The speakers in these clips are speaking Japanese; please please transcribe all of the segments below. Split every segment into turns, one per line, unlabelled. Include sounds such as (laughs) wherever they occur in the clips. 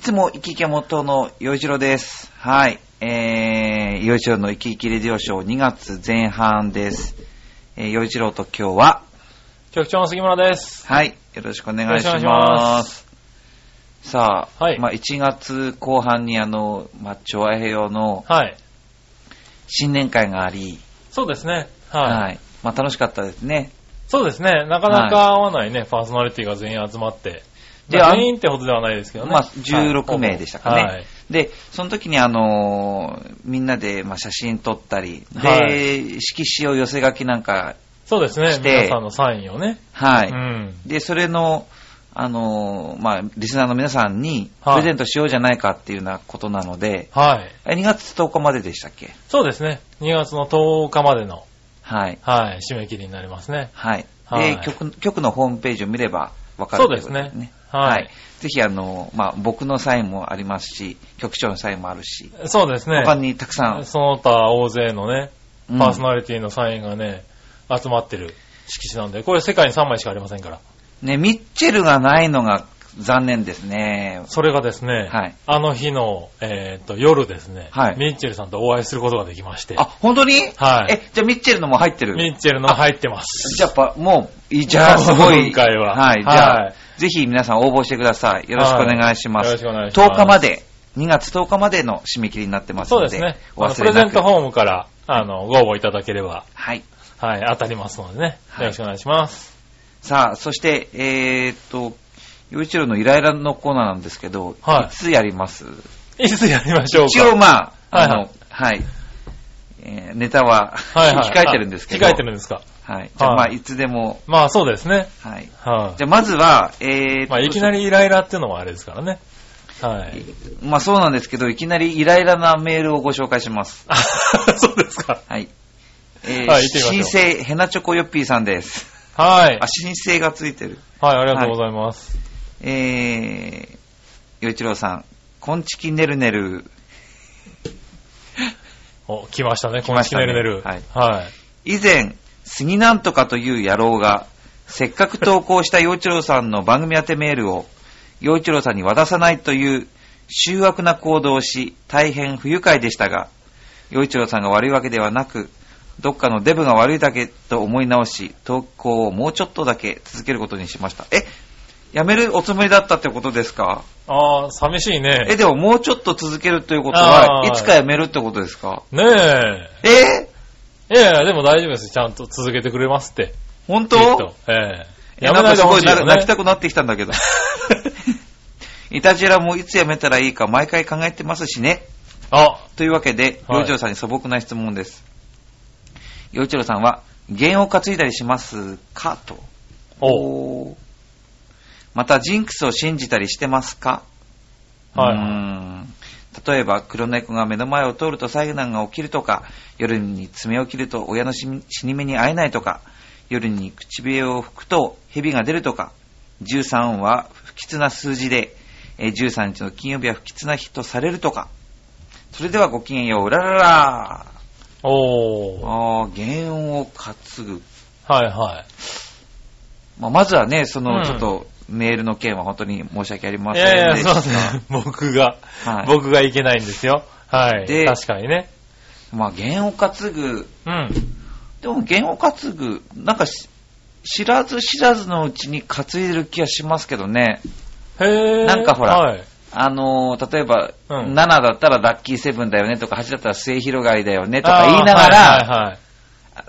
つも生き生き元の洋一郎です。はい。えー、洋一郎の生き生きレディオショー2月前半です。えー、洋一郎と今日は、
局長の杉村です。
はい。よろしくお願いします。
よろしくお願いしま
さあ、
はい
まあ1月後半にあの、まあ、調和平洋の
はい。
新年会があり、
そうですね。
はい。
はい。
まあ楽しかったですね。
そうですね。なかなか合わないね、パーソナリティが全員集まって。
で
まあ
あん
全員ってほどではないですけどね。
まあ16名でしたかね
はい。
で、その時にあのーみんなでまあ写真撮ったり、で、
はい
色紙を寄せ書きなんか、
そうですね
し。て
皆さんのサインをね。
は
う
い。
ん。
で、それの、あのーまあ、リスナーの皆さんに、プ
はい
レゼントしようじゃないかっていうようなことなので、
はい。
え2月10日まででしたっけ
そうですね。2月の10日までの、
はい。
はい、締め切りになりますね。
はい。
は
で、
い
局、局のホームページを見ればわかる
そうですね
といこと
はい
ぜひ、あのーまあ、僕のサインもありますし、局長のサインもあるし、
そうですね。
他にたくさん、
その他大勢のね、
うん
パーソナリティのサインがね、集まってる色紙なんで、これ世界に3枚しかありませんから。
ね、ミッチェルがないのが残念ですね。
それがですね、
はい。
あの日の、えーっと、夜ですね、
はい
ミッチェルさんとお会いすることができまして
あ、、本当に
はい
え、じゃあミッチェルのも入ってる
ミッチェルの入ってます。
じゃあパ、もう、いいじゃあ、すごい。
今回は
はい。じゃあ、
はい
ぜひ皆さん応募してください。よろしくお願いします。
はいよろしくお願いします
10日まで、2月10日までの締め切りになってます
そう
の
で
で、
すね。
お
あの
忘
プ
れ
レゼ
な
ン
く
ト。フォームから、あの、ご応募いただければ、
はい。
はい、当たりますのでね、
はい
よろしくお願いします。
さあ、そして、えー、っと、洋一郎のイライラのコーナーなんですけど、
はい
いつやります
いつやりましょうか。
一応まあ、あの、
は
はい、えーネタは、
はいはい、
(laughs) 控えてるんですけど、
控えてるんですか。
はい。じゃあまあ、
はい
いつでも、
まあそうですね。
はい。
はい、
じゃあまずは、えー、っと
まあいきなりイライラっていうのもあれですからね。はい。
まあそうなんですけど、いきなりイライラなメールをご紹介します。
あ (laughs) そうですか。
はい。えー
はい行ってみ
新
ましょう
生ヘナチョコヨッピーさんです。
はい
あ、。新生がついてる。
はい、ありがとうございます。
えー、よいちろうさん、こんちきねるねる、
お、来ましたね、
来
こ
ま
の
し
したき
ね
ねるねる。
はい
はい。
以前、杉なんとかという野郎が、せっかく投稿したよいちろうさんの番組宛てメールを、よいちろうさんに渡さないという、醜悪な行動をし、大変不愉快でしたが、よいちろうさんが悪いわけではなく、どっかのデブが悪いだけと思い直し、投稿をもうちょっとだけ続けることにしました。えやめるおつもりだったってことですか
ああ、寂しい
え、
ね。
でももうちょっと続けるということ
あ
は、
ー
いつかやめるってことですか
ねえ。
え
いやいや、でも大丈夫です。ちゃんと続けてくれますって。
本
きっ
当
と。ええ。
や
や
めな
めないい
で
で
ほ
ほ
し
し
い
い
よ
よ、
ね
ね。
泣きたくなってきたんだけ
(laughs)
ど。いたじらもいつやめたらいいか毎回考えてますしね。
あ、
というわけで、
はい
洋一郎さんに素朴な質問です。洋一郎さんは、弦を担いだりしますかと。
お
おーまた、ジンクスを信じたりしてますか
はいう
ーん例えば、黒猫が目の前を通ると災難が起きるとか、夜に爪を切ると親の死に死に目に会えないとか、夜に口笛を吹くと蛇が出るとか、13音は不吉な数字で、えー13日の金曜日は不吉な日とされるとか。それではごきげんよう、うららら
おー
あー、原音を担ぐ。
はいは
まあ、まずはね、その、
うん
ちょっと、メールの件は本当に申し訳ありま
い。い
せんでした。
やいや、すいません。 (laughs) 僕が、
はい
僕がいけないんですよ。はい。
で
確かにね。
まあ、弦を担ぐ。
うん。
でも、弦を担ぐ、なんかし、知らず知らずのうちに担いでる気がしますけどね。
へえ。
なんかほら
はい。
あのー例えば、
うん
7だったらラッキーセブンだよねとか、8だったら末広がりだよねとか言いながら、
あ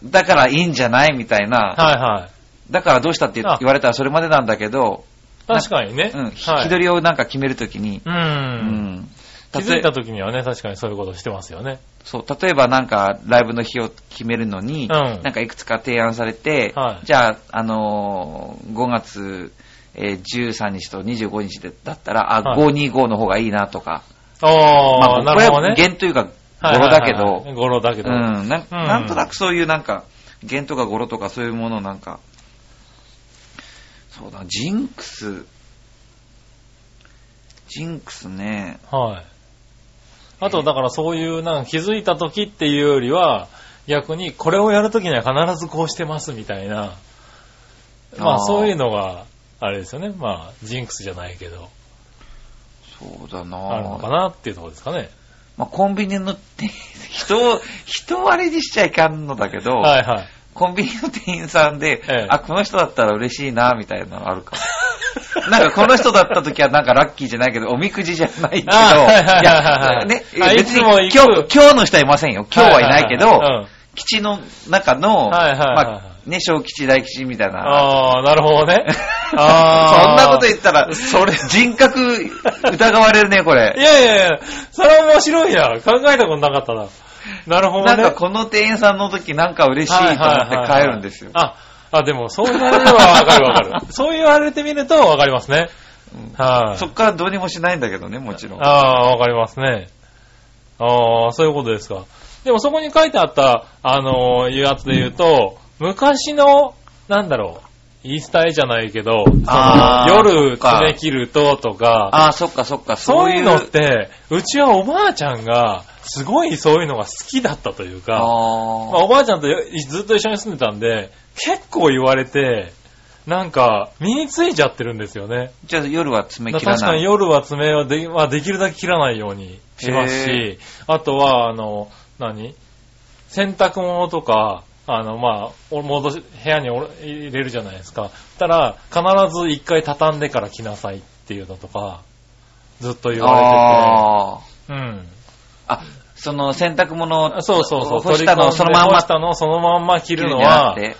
だからいいんじゃないみたいな、
ーはいはい。はいはい。
だからどうしたって言
あ
言われたらそれまでなんだけど、
確かにね。
うん、引き
はい
取りをなんか決めるときに、
う。
うんん
気づいた時にはね、確かにそういうことしてますよね。
そう、例えばなんかライブの日を決めるのに、
ん
なんかいくつか提案されて、
はい
じゃあ、あのー5月、えー13日と25日でだったら、あ、
はい
525の方がいいなとか、
ああ、
ま
な
あ、これ
るほど
は
ね。
弦というか、語
はい
呂
はい
だけど、
はいはい語呂だけど。
うんなん、
うん
なんとなくそういうなんか、弦とか語呂とかそういうものをなんか、そうだ、ジンクス、ジンクスね、
はい。あと、だからそういう、なんか気づいた時っていうよりは、逆にこれをやるときには必ずこうしてますみたいな、ま
あ
あ
ー
そういうのが、あれですよね。まあ、ジンクスじゃないけど。
そうだ
ある
な
のかなっていうところですかね。
まあ、コンビニの店、 (laughs) 人を、人をあれにしちゃいかんのだけど、
はいはい。
コンビニの店員さんで、
ええ
あ、この人だったら嬉しいな、みたいなのあるかも。 (laughs) (laughs) なんかこの人だった時はなんかラッキーじゃないけど、おみくじじゃないけど、い
あはいはい
や、
はいはい
ね、
あ
別に
いつも行く
今日、今日の人はいませんよ。今日はいないけど、
うん
基地の中の、
はいはいはいはい
まあ、ね、小基地、大基地みたいな。。
ああ、なるほどね
(laughs) そん
あー
なこと言ったら、
それ、
人格疑われるね、こ
(laughs) い
れ。
やいやいや、それは面白いな。考えたことなかったな。なるほど
な
ね。
んかこの店員さんの時なんか嬉しいと思って帰るんですよ。
あ、あ、でもそう言われればわかるわか
(laughs)
る。そう言われてみるとわかりますね。はい、
そっからどうにもしないんだけどね、もちろん。
ああ、わかりますね。ああ、そういうことですか。でもそこに書いてあった、あのー、いうやつで言うと、昔の、なんだろう、イースター絵じゃないけど、その
あー
夜詰め切るととか、
ああ、そっかそっか、
そういうのっ
あ
て、うちはおばあちゃんが、すごいそういうのが好きだったというか、まあ、
あー
おばあちゃんとよずっと一緒に住んでたんで、結構言われて、なんか、身についちゃってるんですよね。
じゃあ夜は爪
だ
切
から
ら
確か
な
に
い。
夜は爪はで,、まあ、できるだけ切らないようにします
へ
し、あとは、あの、何洗濯物とか、あの、まあ、お戻し、部屋におろ入れるじゃないですか。たら、必ず一回畳んでから着なさいっていうのとか、ずっと言わ
あー
れてて。うん。
あ、その洗濯物を
(laughs) そうそうそう。
干したのをそのまんま
干したのをそのまんま着るのは、
着るん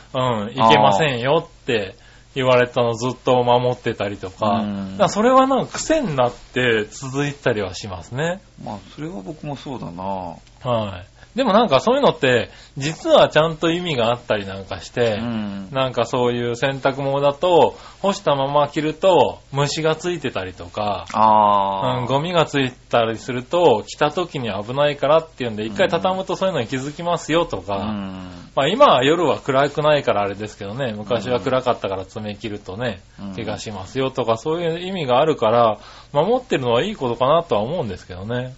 じ
うん、いけませんよって言われたのをずっと守ってたりとか、
うん
だからそれはなんか癖になって続いたりはしますね。
まあ、それは僕もそうだな。
はい。でもなんかそういうのって、実はちゃんと意味があったりなんかして、
うん。
なんかそういう洗濯物だと、干したまま着ると虫がついてたりとか、
あ
うん、
あ。
ゴミがついたりすると、着た時に危ないからっていうんで、一回畳むとそういうのに気づきますよとか、
うん
まあ今は夜は暗くないからあれですけどね、昔は暗かったから爪切るとね
うん、
怪我しますよとかそういう意味があるから、守ってるのはいいことかなとは思うんですけどね。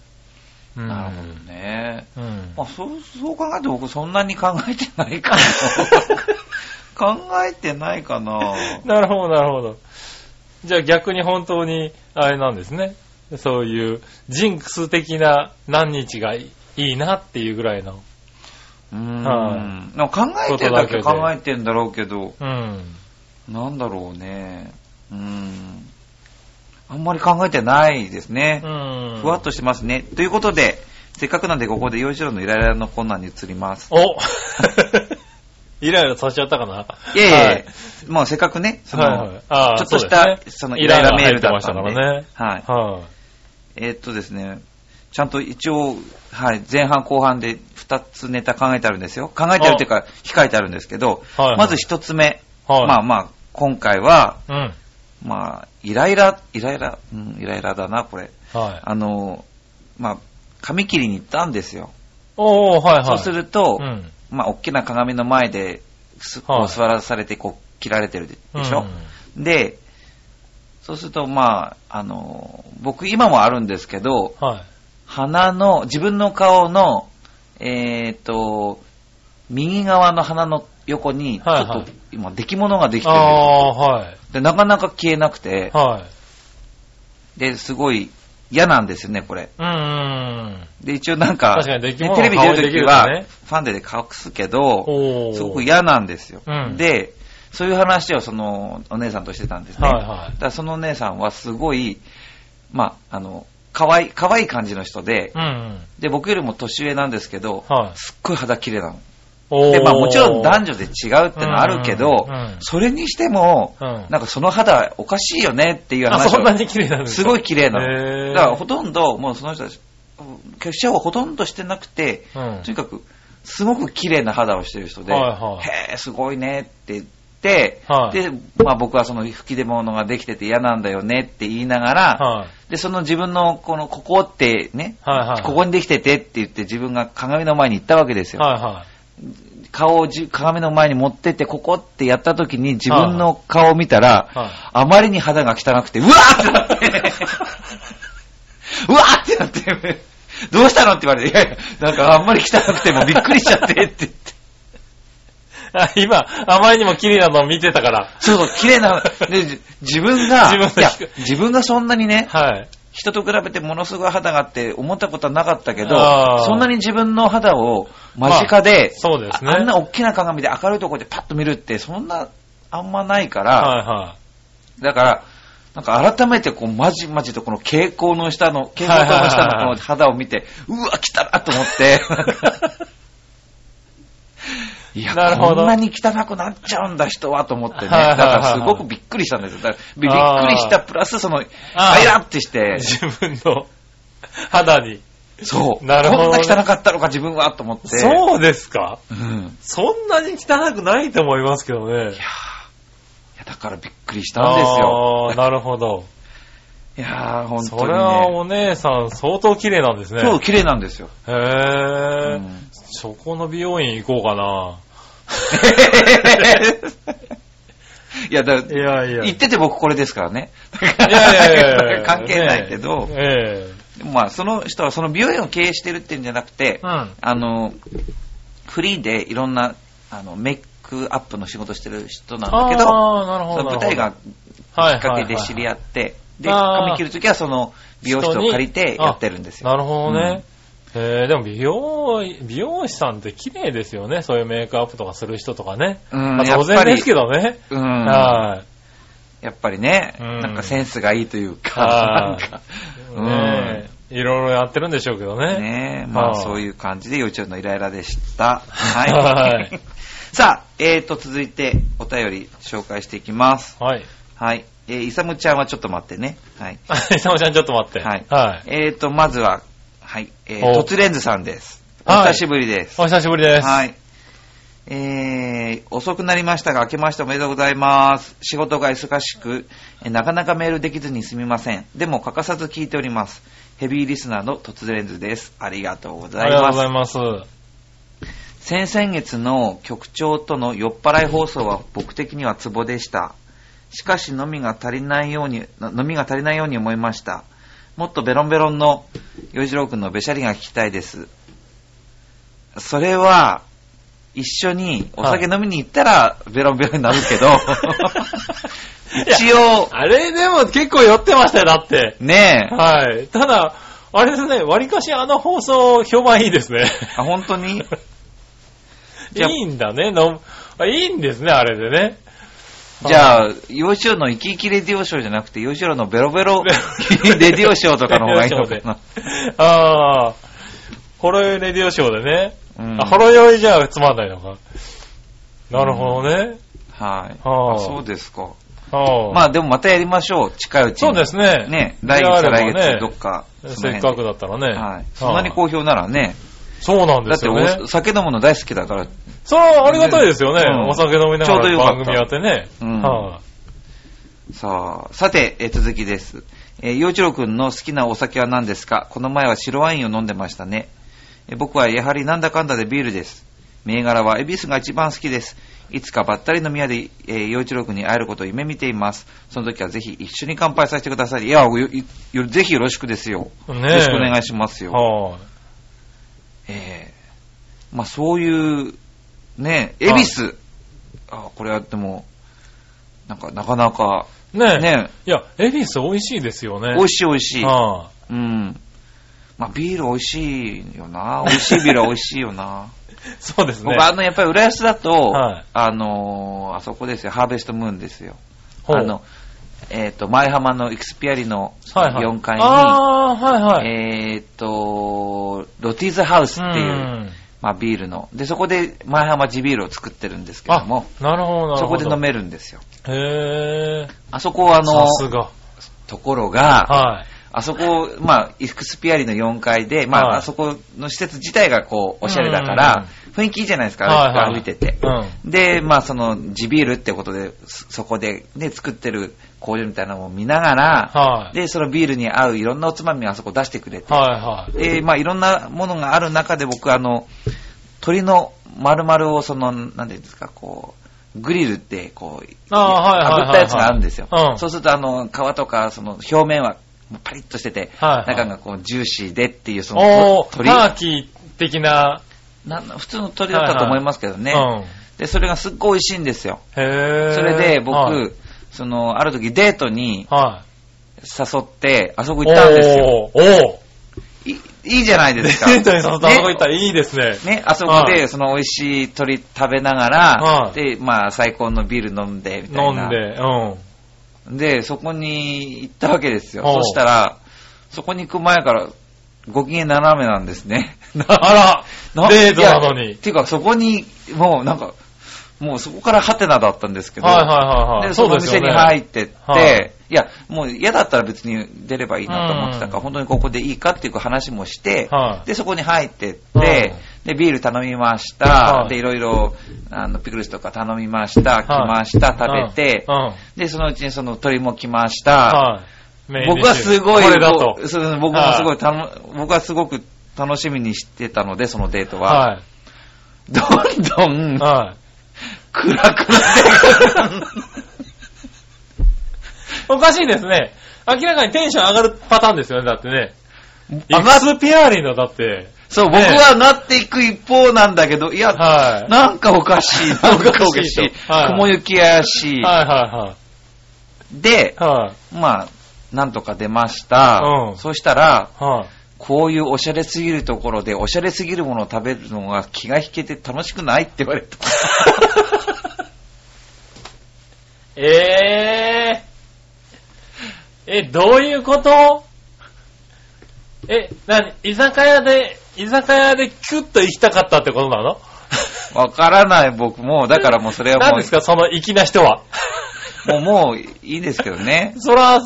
うん。
なるほどね。
うん
ま。あ、そう、そう考えて僕そんなに考えてないか (laughs) な。考えてないかな。
なるほど、なるほど。じゃあ逆に本当に、あれなんですね。そういう、ジンクス的な何日がいいいなっていうぐらいの。
うん。
は
なんか考えてるだけ考えてんだろうけど、
うん。
なんだろうね。うん。あんまり考えてないですね。
うん。
ふわっとしてますね。ということで、せっかくなんでここで洋一郎のイライラのコーナーに移ります。
お (laughs) イライラさせちゃったかない
やいやい
は
や、もうせっかくね、その、
はいはいあー
ちょっとし
そう
た
ですね
そのイライラメールだったんで、
イライラ入ってました
はい。
はい。
えーっとですね、ちゃんと一応、はい、前半後半で2つネタ考えてあるんですよ。考えてあるというか、控えてあるんですけど、
はいはい
まず1つ目、
はい。
まあまあ、今回は、
うん。
まあ、イライラ、イライラ、うん、イライラだな、これ。
はい。
あの、まあ、髪切りに行ったんですよ。
おー、はいはい。
そうすると、
うん、
まあ、大きな鏡の前で、すこう
はい
座らされて、こう、切られてるででしょ、
う
で、そうすると、まあ、あの、僕、今もあるんですけど、
んはい。
鼻の、自分の顔の、えっ、と、右側の鼻の横に、ちょ
はい
っ
はい
と、今、出来物ができてるんですよ
あー、はい。
で、なかなか消えなくて、
はい。
で、すごい嫌なんですよね、これ。
うんうんうん。
で、一応なんか、
確かに出来
ね
物
テレビ出るときは、
顔にできるとね
ファンデで隠すけど、
おー。
すごく嫌なんですよ。
うん
で、そういう話をそのお姉さんとしてたんですね。
はいはい
だからそのお姉さんはすごい、まあ、あの、可愛い、可愛い感じの人で、
うんうん。
で、僕よりも年上なんですけど、
はい。
すっごい肌綺麗なの。
おー。
で、まあもちろん男女で違うってのはあるけど、
うんうん
それにしても、
うん
なんかその肌おかしいよねっていう
あ、
話
そんな
を、
に綺麗なんです
すごい綺麗な
へ
の。
ー
だからほとんど、もうその人たち、化粧はほとんどしてなくて、
うん
と。にかく、すごく綺麗な肌をしてる人で、
はいはい
へえ、すごいねって言って、
はい
で、まあ僕はその吹き出物ができてて嫌なんだよねって言いながら、
はい。
で、その自分のこの、ここってね、
はいはい。
ここにできててって言って自分が鏡の前に行ったわけですよ。
はいは
顔をじ鏡の前に持ってって、ここってやった時に自分
は
の顔を見たら、
はい
あまりに肌が汚くて、うわーってな
(laughs)
って、うわーってなって、どうしたのって言われて、いやいや、なんかあんまり汚くてもうびっくりしちゃってって言って。
い。あ、今、あまりにも綺麗なのを見てたから。 (laughs)
そうそう、綺麗な、で、じ自分が、
自分
い
で
や、自分がそんなにね、
はい。
人と比べてものすごい肌があって思ったことはなかったけど
あー、
そんなに自分の肌を間近で、
そうですね。
ああんな大きな鏡で明るいところでパッと見るって、そんな、あんまないから、
はいはい。
だから、なんか改めてこう、まじまじとこの蛍光の下の、蛍光灯の下のこの肌を見て、うわ、来たなと思って、
(laughs)
いや、
なるほど
こんなに汚くなっちゃうんだ、人は、と思ってね。だ
はいはいはいはい
からすごくびっくりしたんですよ。だからび
あー
びっくりした、プラスその、
あ
あ
ー
やって
(laughs)
して、
自分の肌に。
そう。
なるほどね
こんな汚かったのか、自分は、と思って。
そうですか
うん。
そんなに汚くないと思いますけどね
いやーい。やだからびっくりしたんですよ。
あーなるほど。
いやー、本当
そ
に、
れは
ね。
お姉さん相当綺麗なんですね。
そう、綺麗なんですよ。
へ
う
ぇー、 (laughs)
ん
そこの美容院行こうかな。
いや、だから
いやいや。
言ってて僕これですからね。
いやいやいやいや
関係ないけど、
ねえ
でもまあその人はその美容院を経営してるっていうんじゃなくて
え、うん。
あの、フリーでいろんなあのメイクアップの仕事してる人なんだけど、
あーなるほ
そ
ど。
の舞台がき
き
っかけで知り合って、で、
あー
髪切るときはその美容室を借りてやってるんですよ。
なるほどね。えー、でも美容、美容師さんって綺麗ですよね。そういうメイクアップとかする人とかね。
うん
まあ当
や
然
っぱり
ですけどね。
うん。
はい。
やっぱりね、
うん
なんかセンスがいいという
は
か、
い
なんか、うん
ねえ、いろいろやってるんでしょうけどね。
ねえ、まあ
はい
そういう感じで幼稚園のイライラでした。は
はい
い。 (laughs) さあ、えーと、続いてお便り紹介していきます。
はい。 (laughs)
はい。えー、イサムちゃんはちょっと待ってね。はい。
あイサムちゃんちょっと待って。
はい
はい。
えーと、まずは、はい、えー、
お
トツレンズさんです。お
はい
久しぶりです。
お久しぶりです。
はい。えー、遅くなりましたが、明けましておめでとうございます。仕事が忙しく、えーなかなかメールできずにすみません。でも欠かさず聞いております。ヘビーリスナーのトツレンズです。ありがとうござ
あ
い
りがとう
ま
ご
す
ざ。います。
先々月の局長との酔っ払い放送は僕的にはツボでした。しかし飲みが足りないように、な飲みが足りないように思いました。もっとベロンベロンの洋次郎くんのべしゃりが聞きたいです。それは、一緒にお酒飲みに行ったらベロンベロンになるけど、一応、
あれでも結構酔ってましたよ、だって。
ねえ、
はい。ただ、あれですね、割かしあの放送評判いいですね。
あ、本当に (laughs) じゃあ
いいんだね、の、あいいんですね、あれでね。
じゃあ、洋一郎の生き生きレディオショーじゃなくて、洋一郎のベロベロ
ベ
(laughs) レデ
ロ
ィオショーとかの方がいいのかな。
ああ、ホロ酔いレディオショーでね。
うん
あ、ホロ酔いじゃつまんないのか。なるほどね。
はい。
はあ
あそうですか。
は
ま
あ、
あでもまたやりましょう。近いうちに。
そうですね。
ね。来月、
で
再
あれば
来月、どっか。その
せ
辺で
っかくだったらね。
はい
あ。
そんなに好評ならね。
そうな
だ
んで
っ
す
て
よ
お、
ね。
酒飲むの大好きだから、
それはありがたいですよね。
うん
お酒飲みな
ちょ
が
うどよ
ら
かった
番組やってね。
うん
は
さあ、さて、えー続きです。えー、洋一郎くんの好きなお酒は何ですかこの前は白ワインを飲んでましたね。えー僕はやはりなんだかんだでビールです。銘柄はエビスが一番好きです。いつかばったりの宮で、えー、洋一郎くんに会えることを夢見ています。その時はぜひ一緒に乾杯させてください。いや、よよぜひよろしくですよ。
ねえ
よろしくお願いします
い。
よ。
はい。
えーまあそういう、ね、エビス。あ、これはでも、なんかなかなか、
ねえ。
ね、
いや、エビス美味しいですよね。
美味しい美味しい。
は
うん。まあ、ビール美味しいよな。美味しいビールは美味しいよ
(laughs)
な。
いそうですね
僕、。あの、やっぱり浦安だと、
はい
あのーあそこですよ、ハーベストムーンですよ。
ほう
あの、えっ、と、前浜のエクスピアリの
はいはい
4階に、
ああー、はいはい。
えっ、と、ロティーズハウスっていう、
ん
まあ、ビールの。で、そこで前浜地ビールを作ってるんですけども
あ、、なるほど、なるほど。
そこで飲めるんですよ。
へぇ
あそこはあ
ー。さ
の、
すが。
ところが、
はい。
あそこ、まあ、イクスピアリの4階で、ま
は
あ、
い
あそこの施設自体がこう、おしゃれだから、雰囲気いいじゃないですか、
はいはい
歩いてて。
う
で、まあ、その、地ビールってことで、そそこでね、作ってる工場みたいなのを見ながら、
はい。
で、そのビールに合ういろんなおつまみをあそこ出してくれて、
はいはい。
で、まあ、いろんなものがある中で僕、あの、鶏の丸々をその、なんていうんですか、こう、グリルって、こう、
あーはいはいはいはい
炙ったやつがあるんですよ。
うん
そうすると、あの、皮とか、その、表面はパリッとしてて、
はいはい
中がこう、ジューシーでっていう、その、
おー、
鶏
ターキー的な。
なん普通の鶏だったと思いますけどね。
うん。
で、それがすっごい美味しいんですよ。
へぇー。
それで僕、
はい
その、ある時デートに、
は
誘って、あそこ行ったんですよ。
おーおー
いいいじゃないです
(laughs)
か。
デートに誘ったあそこ行った
ね
らいいですね。
ね、あそこ
は
で、
い
その美味しい鳥食べながら、
はい
で、まあ、最高のビール飲んで、みたい
飲
な。
んで、うん。
で、そこに行ったわけですよ。
お
そしたら、そこに行く前から、ご機嫌斜めなんですね。
(laughs) あら、デートなの
いや
に。
ていうか、そこに、もうなんか、もうそこからハテナだったんですけど、
はいはいはいは
で
い。
そのお
です
店
よ
に
ね
入ってって、
はい
い、や、もう嫌だったら別に出ればいいなと思ってたから、
うん
本当にここでいいかっていう話もして、
はい
で、そこに入ってって、
うん
で、ビール頼みました、
はい
で、いろいろ、あの、ピクルスとか頼みました、来ました、食べて、
うん。うん
で、そのうちにその鳥も来ました、
はい。メインディッシ
僕は
ュ
すごい、
これだと。
そう僕もすごい楽、僕はすごく楽しみにしてたので、そのデートは。
は
どんどん
い。はい。
暗くなって
(laughs)
くる。
おかしいですね。明らかにテンション上がるパターンですよね、だってね。
あ
エクスピアリーのだって。
そう、僕
ね
はなっていく一方なんだけど、いや、
はい。
なんかおかしい、なんかおかし
お
い
かしい、とはい
雲行き怪しい。
はいは
で
い、はい。
まあ、なんとか出ました。
うん
そしたら、
はい。 (laughs)
こういうおしゃれすぎるところで、おしゃれすぎるものを食べるのが気が引けて楽しくないって言われた。
えええ、どういうことえ、なに、居酒屋で、居酒屋でキュッと行きたかったってことなの
わからない僕も、だからもうそれは
何
も
ですか、その粋な人は。
う、もうもういいですけどね。
そら、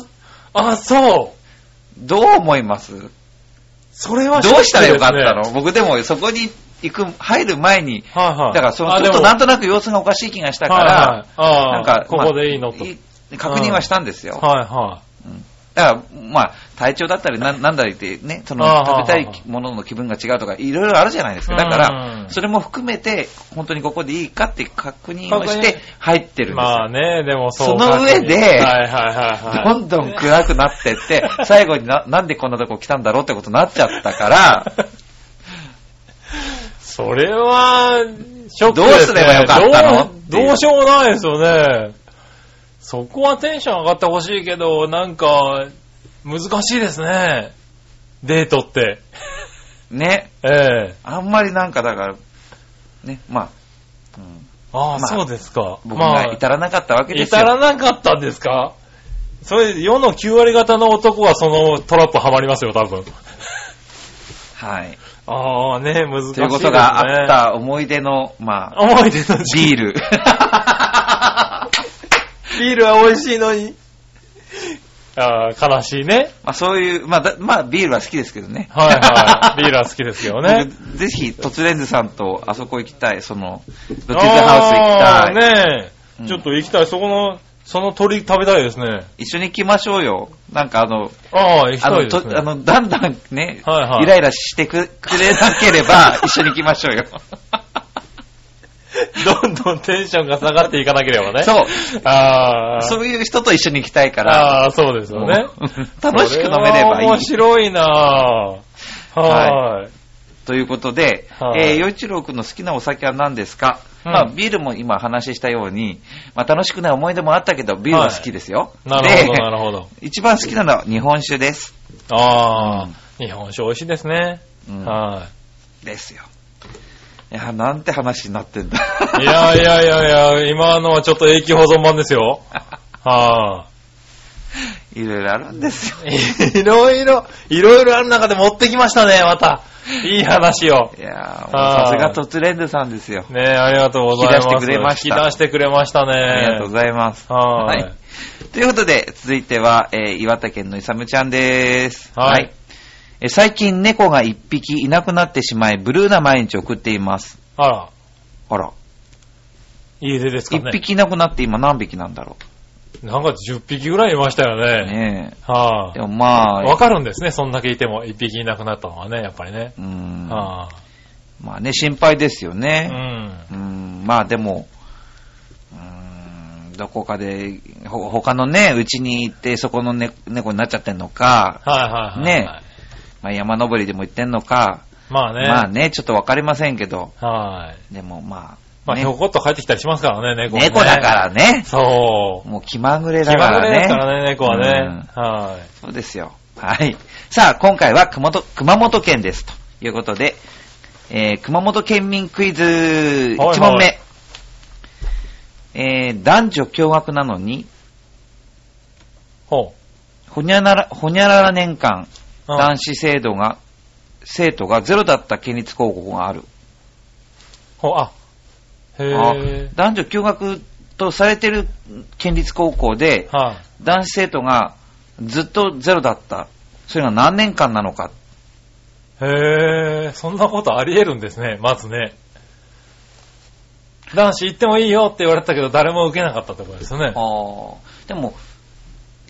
あ、そう。
どう思います
それはショッ
ど
ク
うしたらよかった
で
の僕でもそこに行く、入る前に、
すねはい
だ
はい。
からその
あ
ちょっと
でも
なんとなく様子がおかしい気がしたか
はいは
ら
い、あー
なんか、
ここでいいのと。
まあ
はい
確認はしたんですよ。
は
うんだから、まあ、体調だったり、ななんだりってね、その
あー
食べたいものの気分が違うとか、いろいろあるじゃないですか。だから
う、ん
それも含めて、本当にここでいいかって確認をし
確
て
認
入って
い。
るんですよ。
まあね、でもそう
その上で
はいはいはいはい。
どんどん暗くなってっ
(laughs)
て、最後にな、なんでこんなとこ来たんだろうってことになっちゃったから、
(laughs) それは、ショック
ど
で
う
す、ね。
すればよかったの
どうどうしようもないですよね。そこはテンション上がってほしいけど、なんか、難しいですね。デートって。
ね、
ええ
あんまりなんかだから、ね、まあ、うん
ああ、
まあ
そうですか。
僕
まあ
が至らなかったわけですよ。
至らなかったんですかそれ、世の9割方の男はそのトラップはまりますよ、多分。
はい。
ああ、ね、難しいですね。
ということがあっ。た思い出の、まあ、
思い出の
ビー
(laughs)
ル。
ビールは美味しいのに。ああ、悲しいね。
まあそういう、まあだ、まあビールは好きですけどね。
はい
(laughs)
はい。ビールは好きですけどね。
僕ぜひ、突然ズさんとあそこ行きたい、その、ロッティズハウス行きたい。
ああねえ、
うん
ちょっと行きたい。そこの、その鳥食べたいですね。
一緒に行きましょうよ。なんかあの、
ああ、行き
あ
たい
の、
です
と
ね。
あの、だんだんね、
はいはい
イライラしてくくれなけれ
(laughs)
ば、一緒に行きましょうよ。
どんどんテンションが下がっていかなければね。
そう。
ああ。
そういう人と一緒に行きたいから、
ああ、そうですよね。
(laughs) 楽しく飲めればい
面
い。
白いなぁ。
は
はーい。
ということで、
は
え
い
ー、洋一郎くんの好きなお酒は何ですか、
うん
まあ、ビールも今話したように、まあ、楽しくない思い出もあったけど、ビールは好きですよ。
なるほど、
で
なるほど。
一番好きなのは日本酒です。
ああ、日本酒美味しいですね。
うん
はい。
ですよ。いや、なんて話になってんだ。
いやいやいやいや、今のはちょっと永久保存版ですよ。
(laughs)
はい
ろいろあるんですよ。
い。いろいろ、いろいろある中で持ってきましたね、また。いい話を。
いやー、もう
あー
さすがトツレンズさんですよ。
ねありがとうございま
引
す。
き出してくれました
引き出してくれましたね。
ありがとうございます。
はーい。
ということで、続いては、えー岩手県のいさむちゃんです。
はい
えー最近猫が一匹いなくなってしまい、ブルーな毎日を送っています。
あら、
あら、
いい出ですか
一
ね。
匹いなくなって今何匹なんだろ
なんか10匹ぐらいいましたよ
う。
ね。
ね
は
え。で。
い
もま
わ
あ、
かるんですね、そんだけいても。一匹いなくなったのはね、やっぱりね。
うん、
は
まあね、心配ですよ
い。う
ね。
ん。
うん、まあでも、うん、どこかで、ほ他のね、うちに行ってそこの、ね、猫になっちゃってんのか、
はいはいはいはい。
ねまあ、山登りでも行ってんのか、
まあね。
まあね、ちょっとわかりませんけど、
はい。
でもまあ、
まあ、
ね
ひょこっと帰ってきたりしますからね、猫はね。
猫だからね。
そう。
もう気まぐれ
気
だ
ま
か
ぐ
ら
れ
ね。
ですからね、猫はね。は
そうですよ。はい。さあ、今回は熊本熊本県です。ということで、えー熊本県民クイズ1
はい
問目。えー男女共学なのに、
い。ほ
ほにゃなら、ほにゃらら年間、
う。うん
男子制度が、生徒がゼロだった県立高校がある。
ほう、あ、
あ
へ
男女共学とされてる県立高校で
ぇ、はい。
男子生徒がずっとゼロだった。それが何年間なのか。
へえ、そんなことあり得るんですね、まずね。男子行ってもいいよって言われたけど、誰も受けなかったってことですよね
あ。ーでも、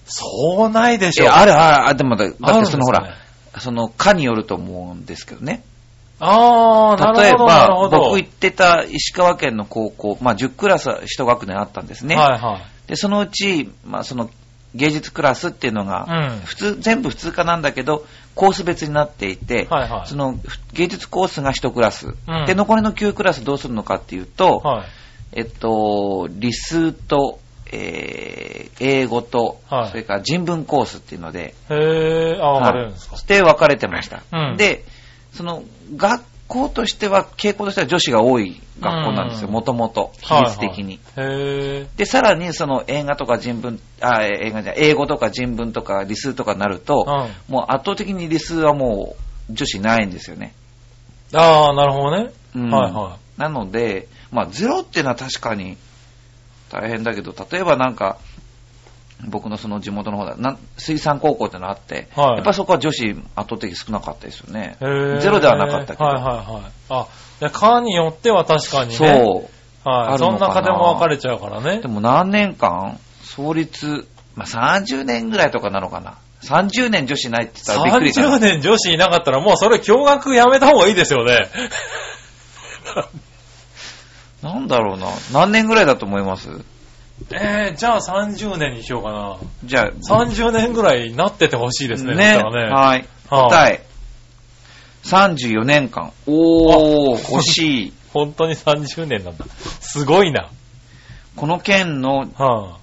そうないでし
い
ょ。
やあるある、あでもだ、だ
あ
っ
るん
て
です
そ
ね
のほら、その科によると思うんですけどね。
ああ、な
例え
るほど、なる
ば
ほ、ど。
僕行ってた石川県の高校、まあ10クラス一学年あったんですね。
はいはい。
で、そのうち、まあその芸術クラスっていうの
う
が、
ん。
普通、全部普通科なんだけど、コース別になっていて、
はいはい
そのふ芸術コースが1クラス、
うん
で、残りの9クラスどうするのかっていうと、
はい。
えっと、理数と、えー英語と、
はい
それから人文コースっていうので、
へえ、あ
はい
分かれるんですか。
で、分かれてました。
うん
で、その、学校としては、傾向としては女子が多い学校なんですよ、
うん
もともと、比率的に。
はいはい。へえ、
で、さらに、その、映画とか人文、あ、え映画じゃない英語とか人文とか理数とかになると、
うん。
もう圧倒的に理数はもう、女子ないんですよね。
ああ、なるほどね。
うん
はいは
なので、まあ、ゼロっていうのは確かに大変だけど、例えばなんか、僕のその地元の方だ、なん水産高校ってのあって、
はい
やっぱりそこは女子圧倒的に少なかったですよね。
い。へえ。
ゼロではなかったけど
はいはいはい。あ、じゃあ科によっては確かにね。
そう。
う。は
あ
い。
るの
そ
かなん
中でも分かれちゃうからね
で。も何年間、創立、まあ、30年ぐらいとかなのかな。30年女子ないって言ったらびっくりだ
30
な。
年女子いなかったらもうそれ驚愕やめた方がいいです
(laughs)
よね。
なんだろうな。何年ぐらいだと思います
えー、じゃあ30年にしようかな。
じゃあ、
30年ぐらいになっててほしいですね。だったらね
はい。
はい
答え。34年間。おー、 (laughs) 惜しい。
本当に30年なんだ。すごいな。
この件の
は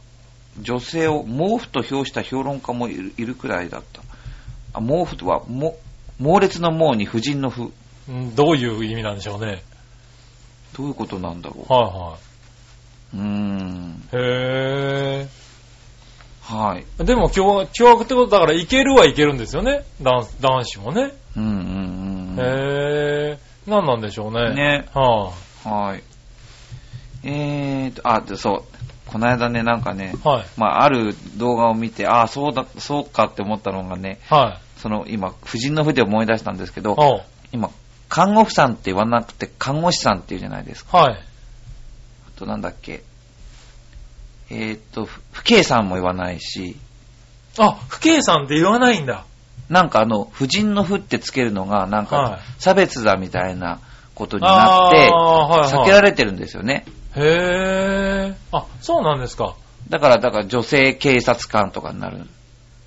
女性を毛布と評した評論家もいるいるくらいだった。あ毛布とは、も猛烈の毛に婦人の婦。
あ、んどういう意味なんでしょうね。
どういうことなんだろ
は
う。うーん。
いはい。へ
はい。
ー。でも凶悪、凶悪ってことだから、いけるはいけるんですよね。男男子もね。
うんうんうんうん。
へー。なんなんでしょうね。
ね
は
はい。えーと、あ、でそう。この間ね、なんかね、
い。はい。
まあ、ある動画を見て、ああ、そうだ、そうかって思ったのがね、
はい。
その今、婦人の婦で思い出したんですけど、
おう
今、看護婦さんって言わなくて、看護師さんって言うじゃないですか。
はい。
あと、なんだっけ。えーっと、ふ父兄さんも言わないし、
あ、不敬さんって言わないんだ。
なんかあの、婦人の婦ってつけるのが、なん
は
か
い、
差別だみたいなことになって、
あーはい
避
はい
けられてるんですよね。
へえ。あ、そうなんですか。
だから、だから女性警察官とかになる。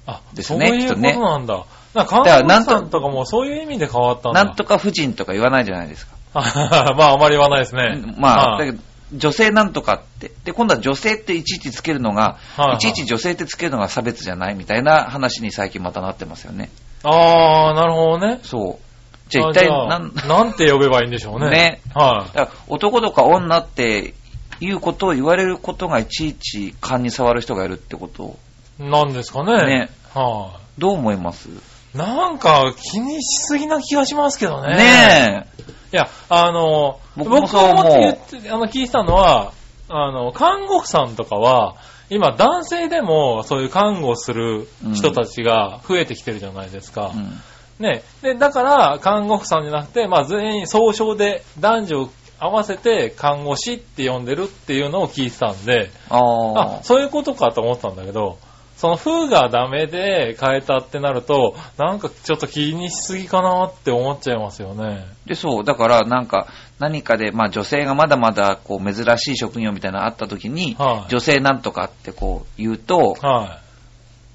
あ、
ですね
そういう
きっ
ことと
ね
なんだ。なんか、
だから
看
な
護
ん
師
と
さんとかもそういう意味で変わったんだ。
なんとか婦人とか言わないじゃないですか。
あは (laughs) はまあ、あまり言わないですね。
まあ、
は
だ
い
けど、女性なんとかって。で、今度は女性っていちいちつけるのが、
はいはい
いちいち女性ってつけるのが差別じゃないみたいな話に最近またなってますよね。
あー、なるほどね。
そう。じゃあ一体
あ
なん、
じゃ
だ
あなんて呼べばいいんでしょうね。
ね
は
から男とか女っていうことを言われることがいちいち勘に触る人がいるってことを、
い。なんですかね。
ね
は
どう思います
い。なんか、気にしすぎな気がしますけどね。
ねえ。
いや、あの、
僕
僕
も
も
そう思う
言ってあの、聞いてたのは、あの、看護婦さんとかは、今、男性でも、そういう看護する人たちが増えてきてるじゃないですか。
うん
ね。で、だから、看護婦さんじゃなくて、まあ、全員、総称で、男女合わせて、看護師って呼んでるっていうのを聞いてたんで、
あ
あ
あ、。
そういうことかと思ったんだけど、その風がダメで変えたってなると、なんかちょっと気にしすぎかなって思っちゃいますよね。
で、そう。だから、なんか、何かで、まあ女性がまだまだ、こう、珍しい職業みたいなのあった時に、
はい
女性なんとかってこう、言うと、
は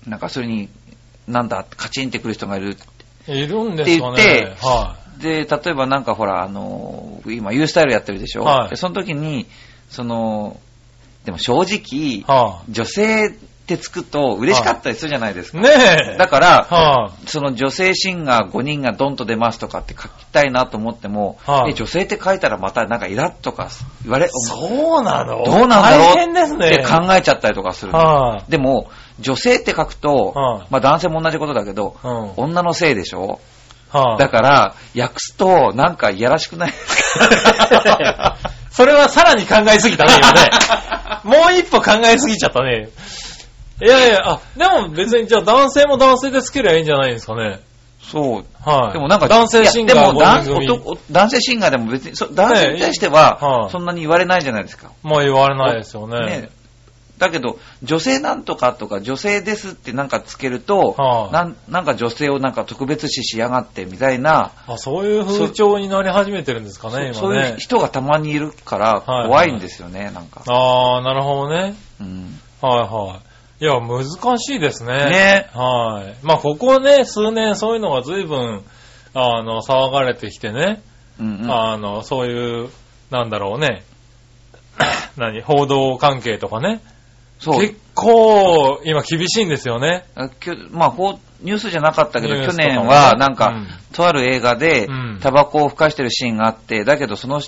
なんかそれに、なんだ、カチンってくる人がいる。
い。いるんですかね。
って言って
は
で、例えばなんかほら、あのー今 U スタイルやってるでしょ、
はい
でその時に、その、でも正直、
は
女性ってつくと嬉しかったりするじゃないです
あ、
か。
ねえ。
だから、
は
その女性シンガー5人がドンと出ますとかって書きたいなと思っても、
はい
え女性って書いたらまたなんかイラッとか言われ、
そうなの
どうなんだろう
大変です
って
ね。
考えちゃったりとかするの。
はい
でも、女性って書くと、
はい
まあ男性も同じことだけど、
うん
女のせいでしょ
は
だから、訳すとなんかいやらしくないです
(laughs)
か
それはさらに考えすぎたね、
(laughs)
今ね。もう一歩考えすぎちゃったね。いやいや、あ、でも別にじゃあ男性も男性でつけりゃいいんじゃないんですかね。
そう。
はい。
でもなんか、
男性シンガ
い
ー
やでも男
5人組
男男性シンガーでも別に、そ男性に対しては、
ねはい
そんなに言われないじゃないですか。
まあ言われないですよね。
ねだけど、女性なんとかとか、女性ですってなんかつけると、
はあ
なんなんか女性をなんか特別視しやがってみたいな、
あ、そういう風潮になり始めてるんですかね、
そ
今
うい
ね
う。人がたまにいるから
はい
怖いんですよね、なんか。
ああ、なるほどね。
うん
はいはい。いや、難しいですね。
ね
はい。まあ、ここね、数年そういうのが随分、あの、騒がれてきてね、
うんうん
あの、そういう、なんだろうね、 (coughs) 何、報道関係とかね、
そう
結構、今厳しいんですよね。
あきょまあ、ほうニュースじゃなかったけど、
ニュー
去
スとかもね
年はなんか、
うん
とある映画で
うん、
タバコをふかしてるシーンがあって、だけどその、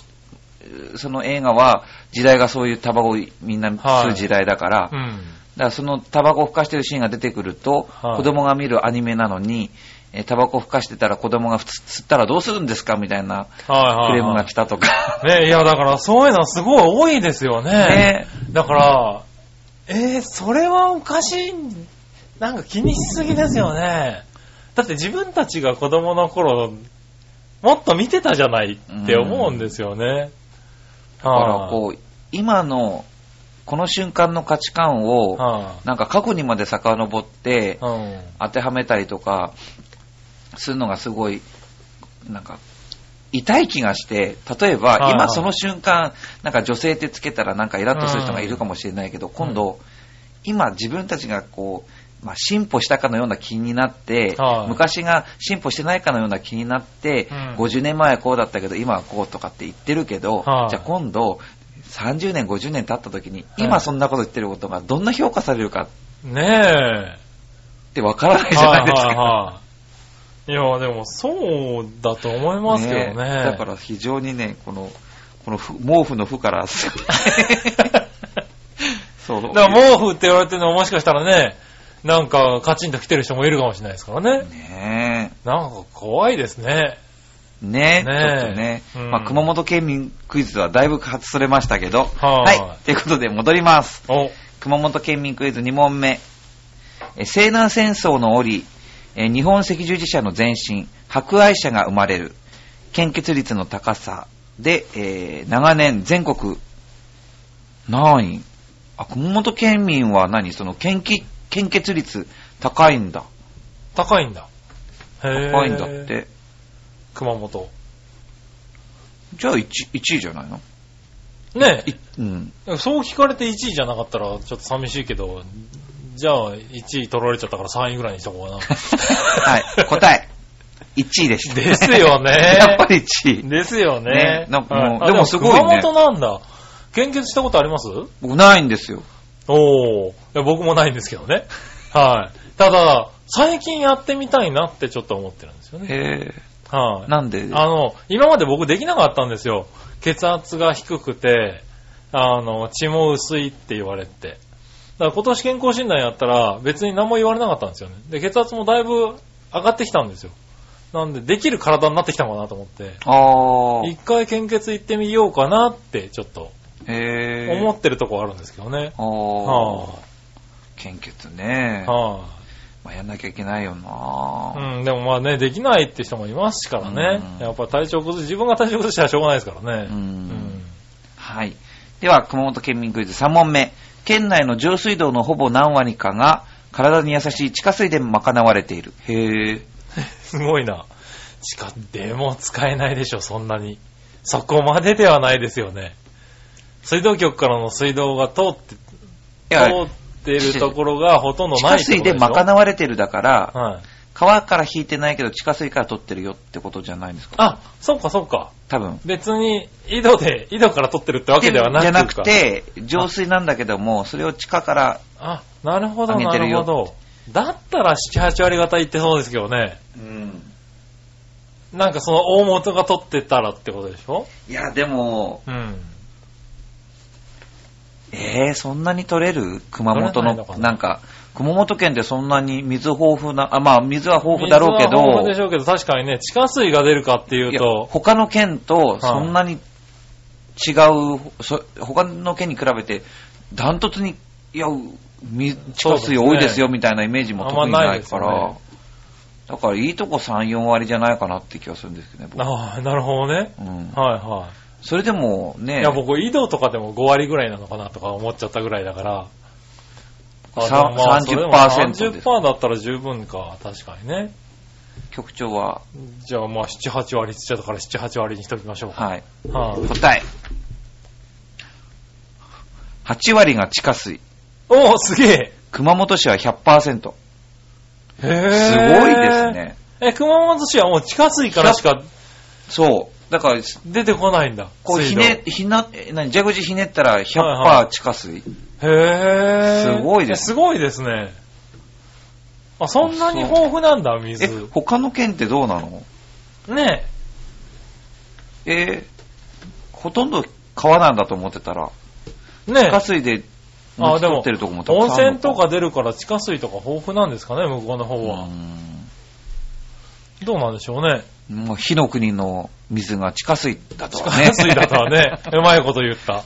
その映画は、時代がそういうタバコをみんな吸う時代だから、
うん。
だからそのタバコをふかしてるシーンが出てくると、
はい
子供が見るアニメなのに、えータバコをふかしてたら子供がふつ吸ったらどうするんですかみたいな
はいはい、はい。
クレームが来たとか。
ね、いや、だからそういうのすごい多いですよね。
(laughs) ね
だから、えーそれはおかしいん、なんか気にしすぎですよね。だって自分たちが子供の頃、もっと見てたじゃないって思うんですよね。
だからこう、今の、この瞬間の価値観を、
は
なんか過去にまで遡って
い、うん。
当てはめたりとか、するのがすごい、なんか、痛い気がして、例えば
はい、は
今
い
その瞬間、なんか女性ってつけたらなんかイラッとする人がいるかもしれないけど、今度、今自分たちがこう、まあ、進歩したかのような気になって、
はい
昔が進歩してないかのような気になって、
うん
50年前はこうだったけど、今はこうとかって言ってるけど、
はい
じゃあ今度、30年、50年経った時に、
い
今そんなこと言ってることがどんな評価されるか
ね
ってわからない (laughs)
え。
じゃないですか。
はいはいはい。いや、でもそうだと思いますけどね。
え
(laughs)
だから非常にね、この、このふ毛布の負から、すごいそう。
だから毛布って言われてるのはもしかしたらね、なんかカチンと来てる人もいるかもしれないですからね。
ね
なんか怖いですね。
え。ねえ、
ねえ
ちょっとね。
うん
まあ、熊本県民クイズはだいぶ発発それましたけど。
はーい
ということで戻ります。
お、
熊本県民クイズ2問目。え西南戦争の折、え日本赤十字社の前身、博愛社が生まれる。献血率の高さで、えー長年全国、何位あ、熊本県民は何その献血、献血率高いんだ。
高いんだ。へー
高いんだって。
熊本。
じゃあ 1, 一位じゃないの
ね
いうん。 (laughs)
え、そう聞かれて1位じゃなかったらちょっと寂しいけど、じゃあ1位取られちゃったから3位ぐらいにしとこうかな。
(laughs) はい。答え。1位でした。
(laughs) ですよね
(laughs) やっぱり1位。
ですよね。
ねなんかもう
はいあ
でもすごいね
熊本なんだ。献血したことあります
僕ないんですよ。
おー。いや僕もないんですけどね。はい。ただ、最近やってみたいなってちょっと思ってるんですよね。
へ
はい
ー。。なんで
あの、今まで僕できなかったんですよ。血圧が低くて、あの、血も薄いって言われて。だから今年健康診断やったら別に何も言われなかったんですよね。で、血圧もだいぶ上がってきたんですよ。なんで、できる体になってきたのかなと思って、
あー
一回献血行ってみようかなってちょっと
へー
思ってるとこあるんですけどね。
あ
は
あ、献血
い、
ね。
は
まあ、やんなきゃいけないよな、
い、うん、でもまあね、できないって人もいますからね。
うん
やっぱ体調崩し、自分が体調崩したらしょうがないですからね。
うん
うん
はい。では、熊本県民クイズ3問目。県内の上水道のほぼ何割かが体に優しい地下水で賄われている。へえ。
すごいな。地下、でも使えないでしょ、そんなに。そこまでではないですよね。水道局からの水道が通って、
いや、
通ってるところがほとんど
地
ない
下水
ってこと
で
しょ
賄われてるだから、
はい。
川から引いてないけど地下水から取ってるよってことじゃないんですか
あ、そっかそっか。
多分。
別に、井戸で、井戸から取ってるってわけではなく
じ
て
ゃなく、て、浄水なんだけども、それを地下から、
あ、なるほど、
上げ
な
てる
る
よ
ほど。だったら7、8割方言ってそうですけどね。
うん。
なんかその大元が取ってたらってことでしょ
いや、でも、
うん。
えー、そんなに取れる熊本
取れないの
の
か、な
なんか、熊本県でそんなに水豊富な、あ、まあ水は豊富だろうけ
水は豊富で
ど、
しょうけど、確かにね、地下水が出るかってい
いうや
と、
他の県とそんなに違う、そ他の県に比べて、ダントツに、いや、み地下水多いですよみたいなイメージも特にないか
あんまない
ら
で、
だからいいとこ3、4割じゃないかなって気がするんですけどね、僕
ああ、なるほどね。
うん
はいは
それでも
い。
ね
いや、、僕、井戸とかでも5割ぐらいなのかなとか思っちゃったぐらいだから。
さ
でもまあ
30%
それでも
です
30%だったら十分か、確かにね。
局長は、
じゃあまあ7、8割って言っちゃったから7、8割にしときましょうか。
はい、
はい、
答え。8割が地下水。
おおすげえ
熊本市は100%。
へ
す
え。
ごいです。ね。
え、熊本市はもう地下水からしか
そう。だから、
出てこないんだ。
こう
水
ひ
道
ね、ひな、え何、蛇口ひねったら
はい
100%
は
地下水。
へー。
すごいです
えすごいですね。あ、そんなに豊富なんだ、水。
え、他の県ってどうなの
ね
えーほとんど川なんだと思ってたら、
え。ね
地下
え。
水で
あ、
持ち
で
取
も
ってるとこも、たく
温
さんある
泉
の
とか出るから地下水とか豊富なんですかね、向こうの方は。どうなんでしょうね。
うん。もう火の国の水が地下水だと
地
はね。
下水だと
(laughs)
はね、うまいこと言った。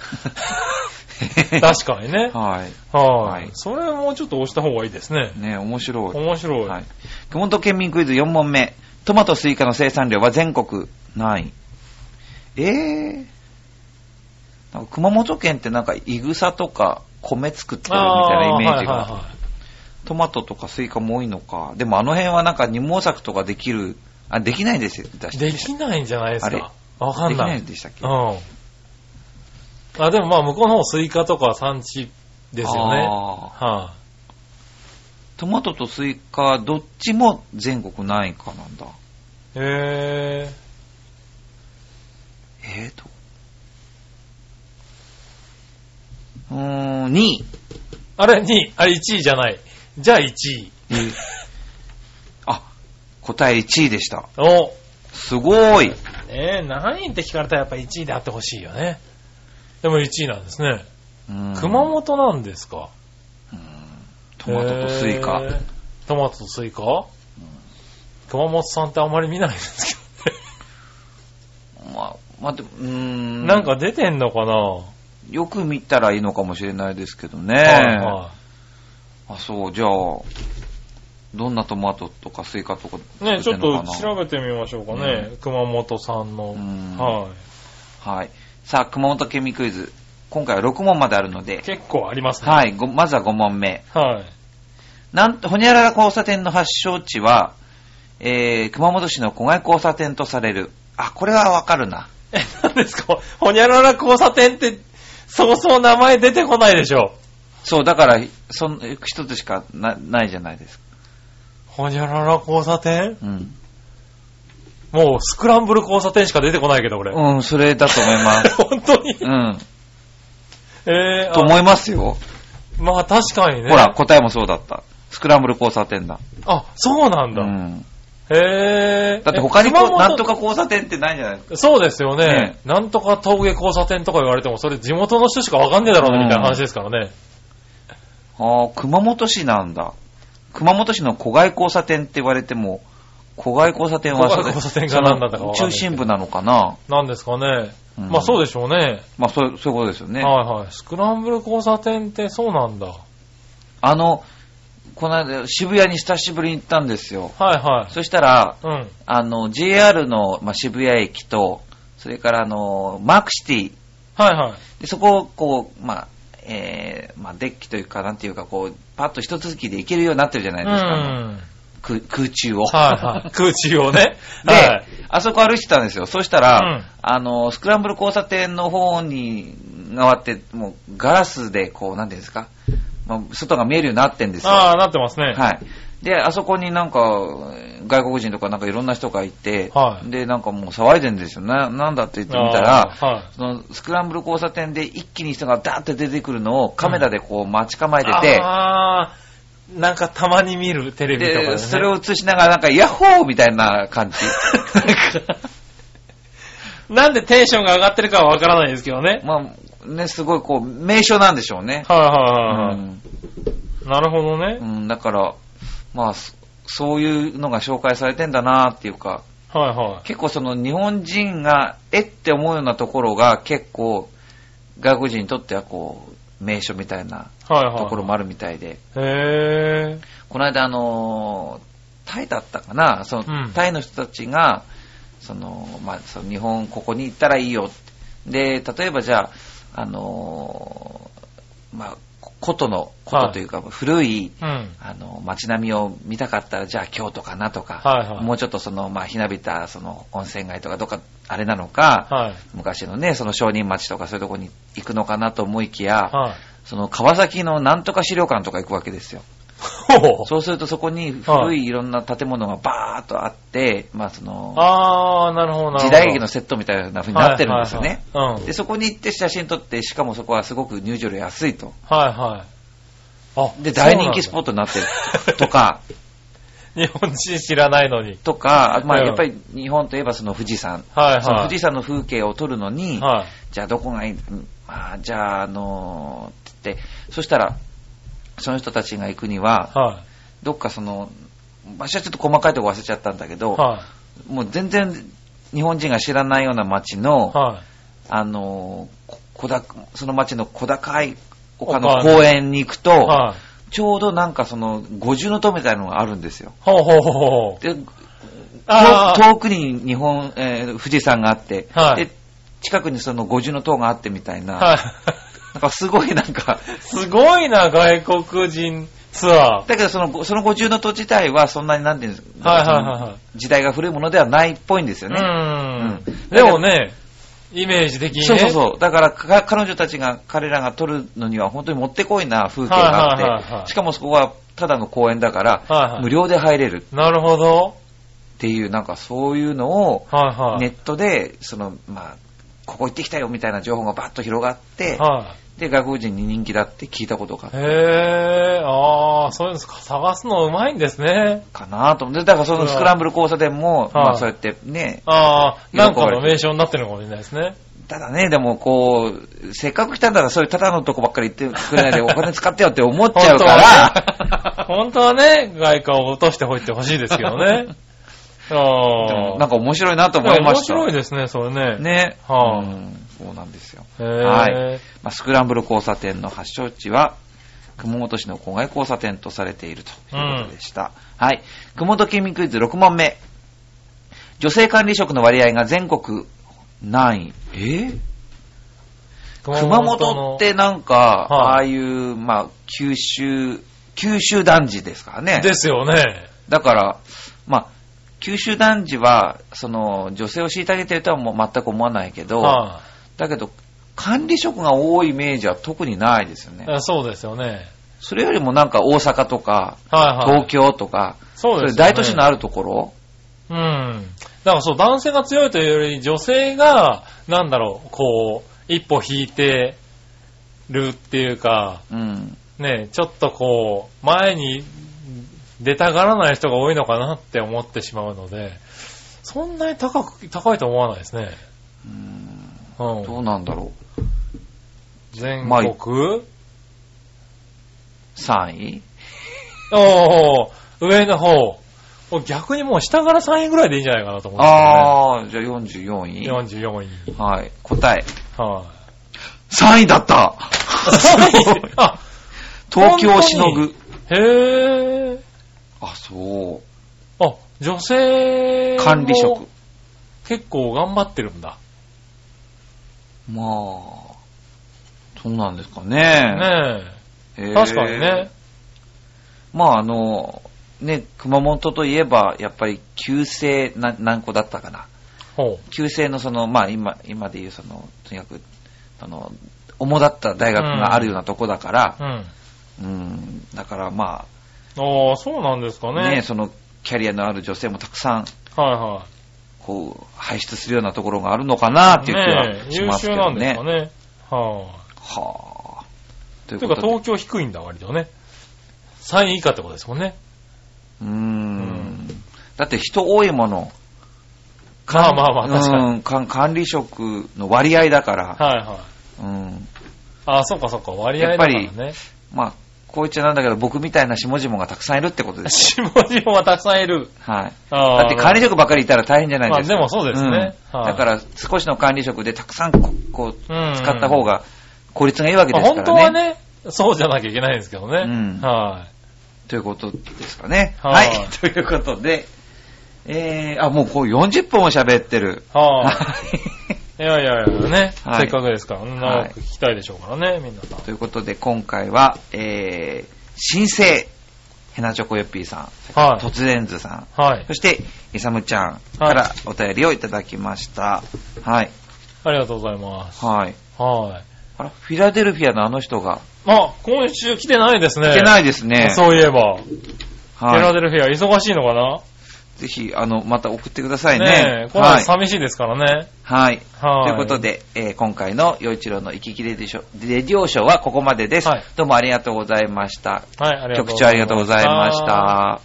確かにね。
はい。
は
はいい。
それはもうちょっと押した方がいいですね。
ね面白い。
面白い。
はい。熊本県民クイズ4問目。トマトスイカの生産量は全国何位えー、なんか熊本県ってなんかイグサとか米作ってるみたいなイメージが。
あーはいはいはい
トマトとかスイカも多いのか。でもあの辺はなんか二毛作とかできる、あ、できないですよ。出して
できないんじゃないです
あれ
か。わかんな
で
い。
きないでしたっけ
うん。あ、でもまあ向こうの方スイカとか産地ですよね。は
あ
い、
ートマトとスイカどっちも全国何位かなんだ。
へ
えーと。うーん、2位。
ぇあれ、2位。あれ、1位じゃない。じゃあ1位。
あ、答え1位でした。
お
すごい。
ねえ、何位って聞かれたらやっぱ1位であってほしいよね。でも1位なんですね。
うん
熊本なんですか。
うんトマトとスイカ
へ。ー。トマトとスイカ、熊本さんってあんまり見ないですけどね。
まあ、まあ、でも、うーん。
なん、か出てんのかな、
よく見たらいいのかもしれないですけどね。
はいは
あ、そう、じゃあ、どんなトマトとかスイカとか
い。ねえちょっと
べ
調べてみましょうかね。熊本さんの。
うん
はい。
はい。さあ、熊本県民クイズ。今回は6問まであるので、
結構ありますね。
はい、ごまずは5問目。
はい。
なんと、ほにゃらら交差点の発祥地は、えー、熊本市の古外交差点とされる。あ、これはわかるな。
(laughs) え、何ですかほにゃらら交差点って、そうそう名前出てこないでしょ。
そう、だから、その、一つしかなないじゃないですか。
ほにゃらら交差点
うん。
もうスクランブル交差点しか出てこないけど、俺。
うん、それだと思いま (laughs) す。
(laughs) 本当に
うん。
えー、
と
あ
思いますよ。
まあ確かにね。
ほら、。答えもそうだった。スクランブル交差点だ。
あ、そうなんだ。
うん。
へえ。
だって他にこ
え
う、なんと。か交差点ってないじゃないですか。
熊本そうですよね
ね
なんとか峠交差点とか言われても、それ地元の人しかわかんねえだろうな、
うん
みたいな話ですからね。
ああ、熊本市なんだ。熊本市の古外交差点って言われても、古外交差点は
古外交差点が何なんだかわかんない
その中心部なのかな。
なんですかね。
うん
まあそうでしょうね。
まあそう、そういうことですよね。
はいはい。スクランブル交差点ってそうなんだ。はい
あの、この間、渋谷に久しぶりに行ったんですよ。
はい。
そしたら、
うん。
あの、JR の、まあ、渋谷駅と、それからあの、マークシティ。
はいはい。
で、そこをこう、まあ、えー、まあ、デッキというか、なんていうか、こう、パッと一続きで行けるようになってるじゃな
う
い
ん。
ですか。あの
はい
空空中を。 (laughs)
はい。空中をね。
で、
はい。
あそこ歩いてたんですよ。そした
うん
ら、あの、スクランブル交差点の方に回って、もうガラスでこう、なんていうんですか、まあ、外が見えるようになってんですよ。
ああ、なってますね。
はい。で、あそこになんか、外国人とかなんかいろんな人がいて、
はい
で、なんかもう騒いでんですよ。な、なんだって言ってみたら、
あーはい
そのスクランブル交差点で一気に人がダーって出てくるのをカメラでこう待ち構えてて、
あーなんかたまに見るテレビとかで、ね。
で、それを映しながらなんか、ヤッホーみたいな
(laughs)
感じ。
なんでテンションが上がってるかはわからないですけどね。
まあ、ね、すごいこう、名所なんでしょうね。
はいはいうはい。
ん
なるほどね。
うん、だから、まあ、そそういうのが紹介されてんだなっていうか、
はいは。
結構その日本人が、えって思うようなところが結構、外国人にとってはこう、名所みたいない
はいはい。
ところもあるみたいで、
へー。
この間あのー、タイだったかな、その、
うん
タイの人たちが、その、まあ、その日本ここに行ったらいいよって。で、例えばじゃあ、あのー、まあ、古都の、古都というか、古い、
うん。
あの、街並みを見たかったら、じゃあ京都かなとか、
はいはい
もうちょっとその、まあ、ひなびた、その、温泉街とか、どっか、あれなのか、
はい。
昔のね、その商人町とかそういうとこに行くのかなと思いきや、
はい。
(laughs) その川崎のなんとか資料館とか行くわけですよ。
ほう。
そうするとそこに古いいろんな建物がバーっとあって、まあその、
あー、なるほどなるほど。
時代劇のセットみたいな風になってるんですよね。
はいはいはいうん
で、そこに行って写真撮って、しかもそこはすごく入場料安いと。
はいはい。あ、
で、大人気スポット
ト。
になってるとか、
(laughs) 日本人知らないのに。
とか、まあ
うん
やっぱり日本といえばその富士山。
はいはい。
その富士山の風景を撮るのに、
はい。
じゃあどこがいい、まあじゃああのー、つって、そしたら、その人たちが行くには、
は
どっかその、場所はちょっと細かいとこ忘れちゃったんだけ
い。
ど、
は
もう全然日本人が知らないような町の、
い。はい。
あのーこ小だその町の小高い丘の公園に行くと、
はい。
ちょうどなんかその五重の塔みたいなのがあるんですよ。
ほうほうほうほう。
で遠
あー
遠くに日本、えー富士山があって、
はい
で近くにその五重の塔があってみたいな、
はい。
なんかすごいなんか、 (laughs)
すごいな、外国人ツアー。
だけどそのその五重の塔自体はそんなになんていうんですか、
はいはいはいはい
その時代が古いものではないっぽいんですよね。
うん
う。ん
でもね、イメージ的にね。
そうそうそう。だからか、彼女たちが、彼らが撮るのには本当にもってこいな風景が
はいはいはい
あっ
はい
て、しかもそこはただの公園だから、
はいはい
無料で入れる
なるほど。
っていう、なんかそういうのを、
はいはい。
ネットで、その、まあ、ここ行ってきたよみたいな情報がバッと広がって、
は
で、外国人に人気だって聞いたことが
い。へぇー。あー、そういうんですか。探すのうまいんですね。
かなと思って、だからそのスクランブル交差点も、
はい
まあそうやってね、
あー、なんかの名称になってるのかもしれないですね。
ただね、でもこう、せっかく来たんだからそういうただのとこばっかり行ってくれない
(laughs)
でお金使ってよって思っちゃうから、
本当はね、外貨を落としておいてほしいですけど
(laughs)
ね。
でも
あー。
なんか面白いなと思いました。
面白いですね、それね。
ね。
はあ
うんそうなんですよ。
へー
はい。まあ、スクランブル交差点の発祥地は、熊本市の郊外交差点とされているということでした。はい。熊本県民クイズ6問目。女性管理職の割合が全国何位えー熊本ってなんか、
はい
ああいう、まあ、九州、九州男児ですからね。
ですよね。
だから、まあ、九州男児は、その、女性を虐げてるとはもう全く思わないけど、
は
だけど、管理職が多いイメージは特にないですよ
い
ね。
そうですよね。
それよりもなんか大阪とか、
はいはい。
東京とか、
そうですよね
れ大都市のあるところ、
うん。だからそう、男性が強いというより、女性が、なんだろう、こう、一歩引いてるっていうか、
うん。
ね、ちょっとこう、前に出たがらない人が多いのかなって思ってしまうので、そんなに高く、高いと思わないですね。
うん
う。
どうんなんだろ
全
まあい
国、
う。3位
おー上の方。逆にもう下から3位ぐらいでいいんじゃないかなと思って、
あー、じゃあ44位
44位。
はい。答え。
はい、
3位だった
あ、 (laughs)
東京をしのぐ。
へー。
あ、そう。
あ、女性も
管理職。
結構頑張ってるんだ。
まあ、そうなんですかね。
ね
へ
え。
ー
確かにね。
まああの、ね、熊本といえば、やっぱり旧姓な何個だったかな。
ほ
旧姓のその、まあ今、今で言うその、とにかく、その、主だった大学があるようなとこだから
う。、
う
うん。
ん、だからまあ、
ああ、そうなんですかね。
ね、そのキャリアのある女性もたくさん、
はいは
こう、排出するようなところがあるのかなっ
い。
ていう気
ね
は
え
し
優
ますけ
秀な
ど
んです
ね。
かね。は
はぁ。という
あ。とい
こ
うか、
とで。う
東京低いんだ、割とね。3位以下ってことですもんね。
ー
うん
ん。だって人多いもの。
まあまあまあ、確かに。
うんか管理職の割合だから。
はいはい。
うん。
ああ、そっかそっか、割合だから
やっぱ
ね。
まあ、こう言っちゃなんだけど、僕みたいな下々がたくさんいるってこと
(laughs)
です。
下々はたくさんいる。
はい。
ああ
だって管理職ばかりいたら大変じゃないですか。
まあでもそうですね
うん
はい
だから少しの管理職でたくさんここう
うん
使った方が効率がいいわけ
まあ
ですからね。
本当はね、そうじゃなきゃいけないんですけどね。
うん
は
ということですかね。
は
はいい。 (laughs) ということで、えー、あ、もうこう40分も喋ってる。
い。は
は
あ。いやいやいや、ね、
はい
せっかくですから、長く聞きたいでしょうからね、みんなさん
い。。 (laughs) ということで、今回は、えー、新生、ヘナチョコヨッピーさん、
はい。
突然図さん、
はい
そ。して、イサムちゃんからお便りをいただきました。はい。
ありがとうございます。
はい。
はい。
あら、フィラデルフィアのあの人が、
あ、今週来てないですね。
来てないいですね。
そういえば。フィラ
は。
デルフィア、忙しいのかない
ぜひ、あの、また送ってください
ね
ね
え。これは
はい。
寂しいですからね。
はい。
は
と
い。
いうこと。で、えー今回の陽一郎の行き来レディショレディオショーはここまでです、
はい
どうもありがとうございました。
はい、ありがとう
局長ありがとうございました。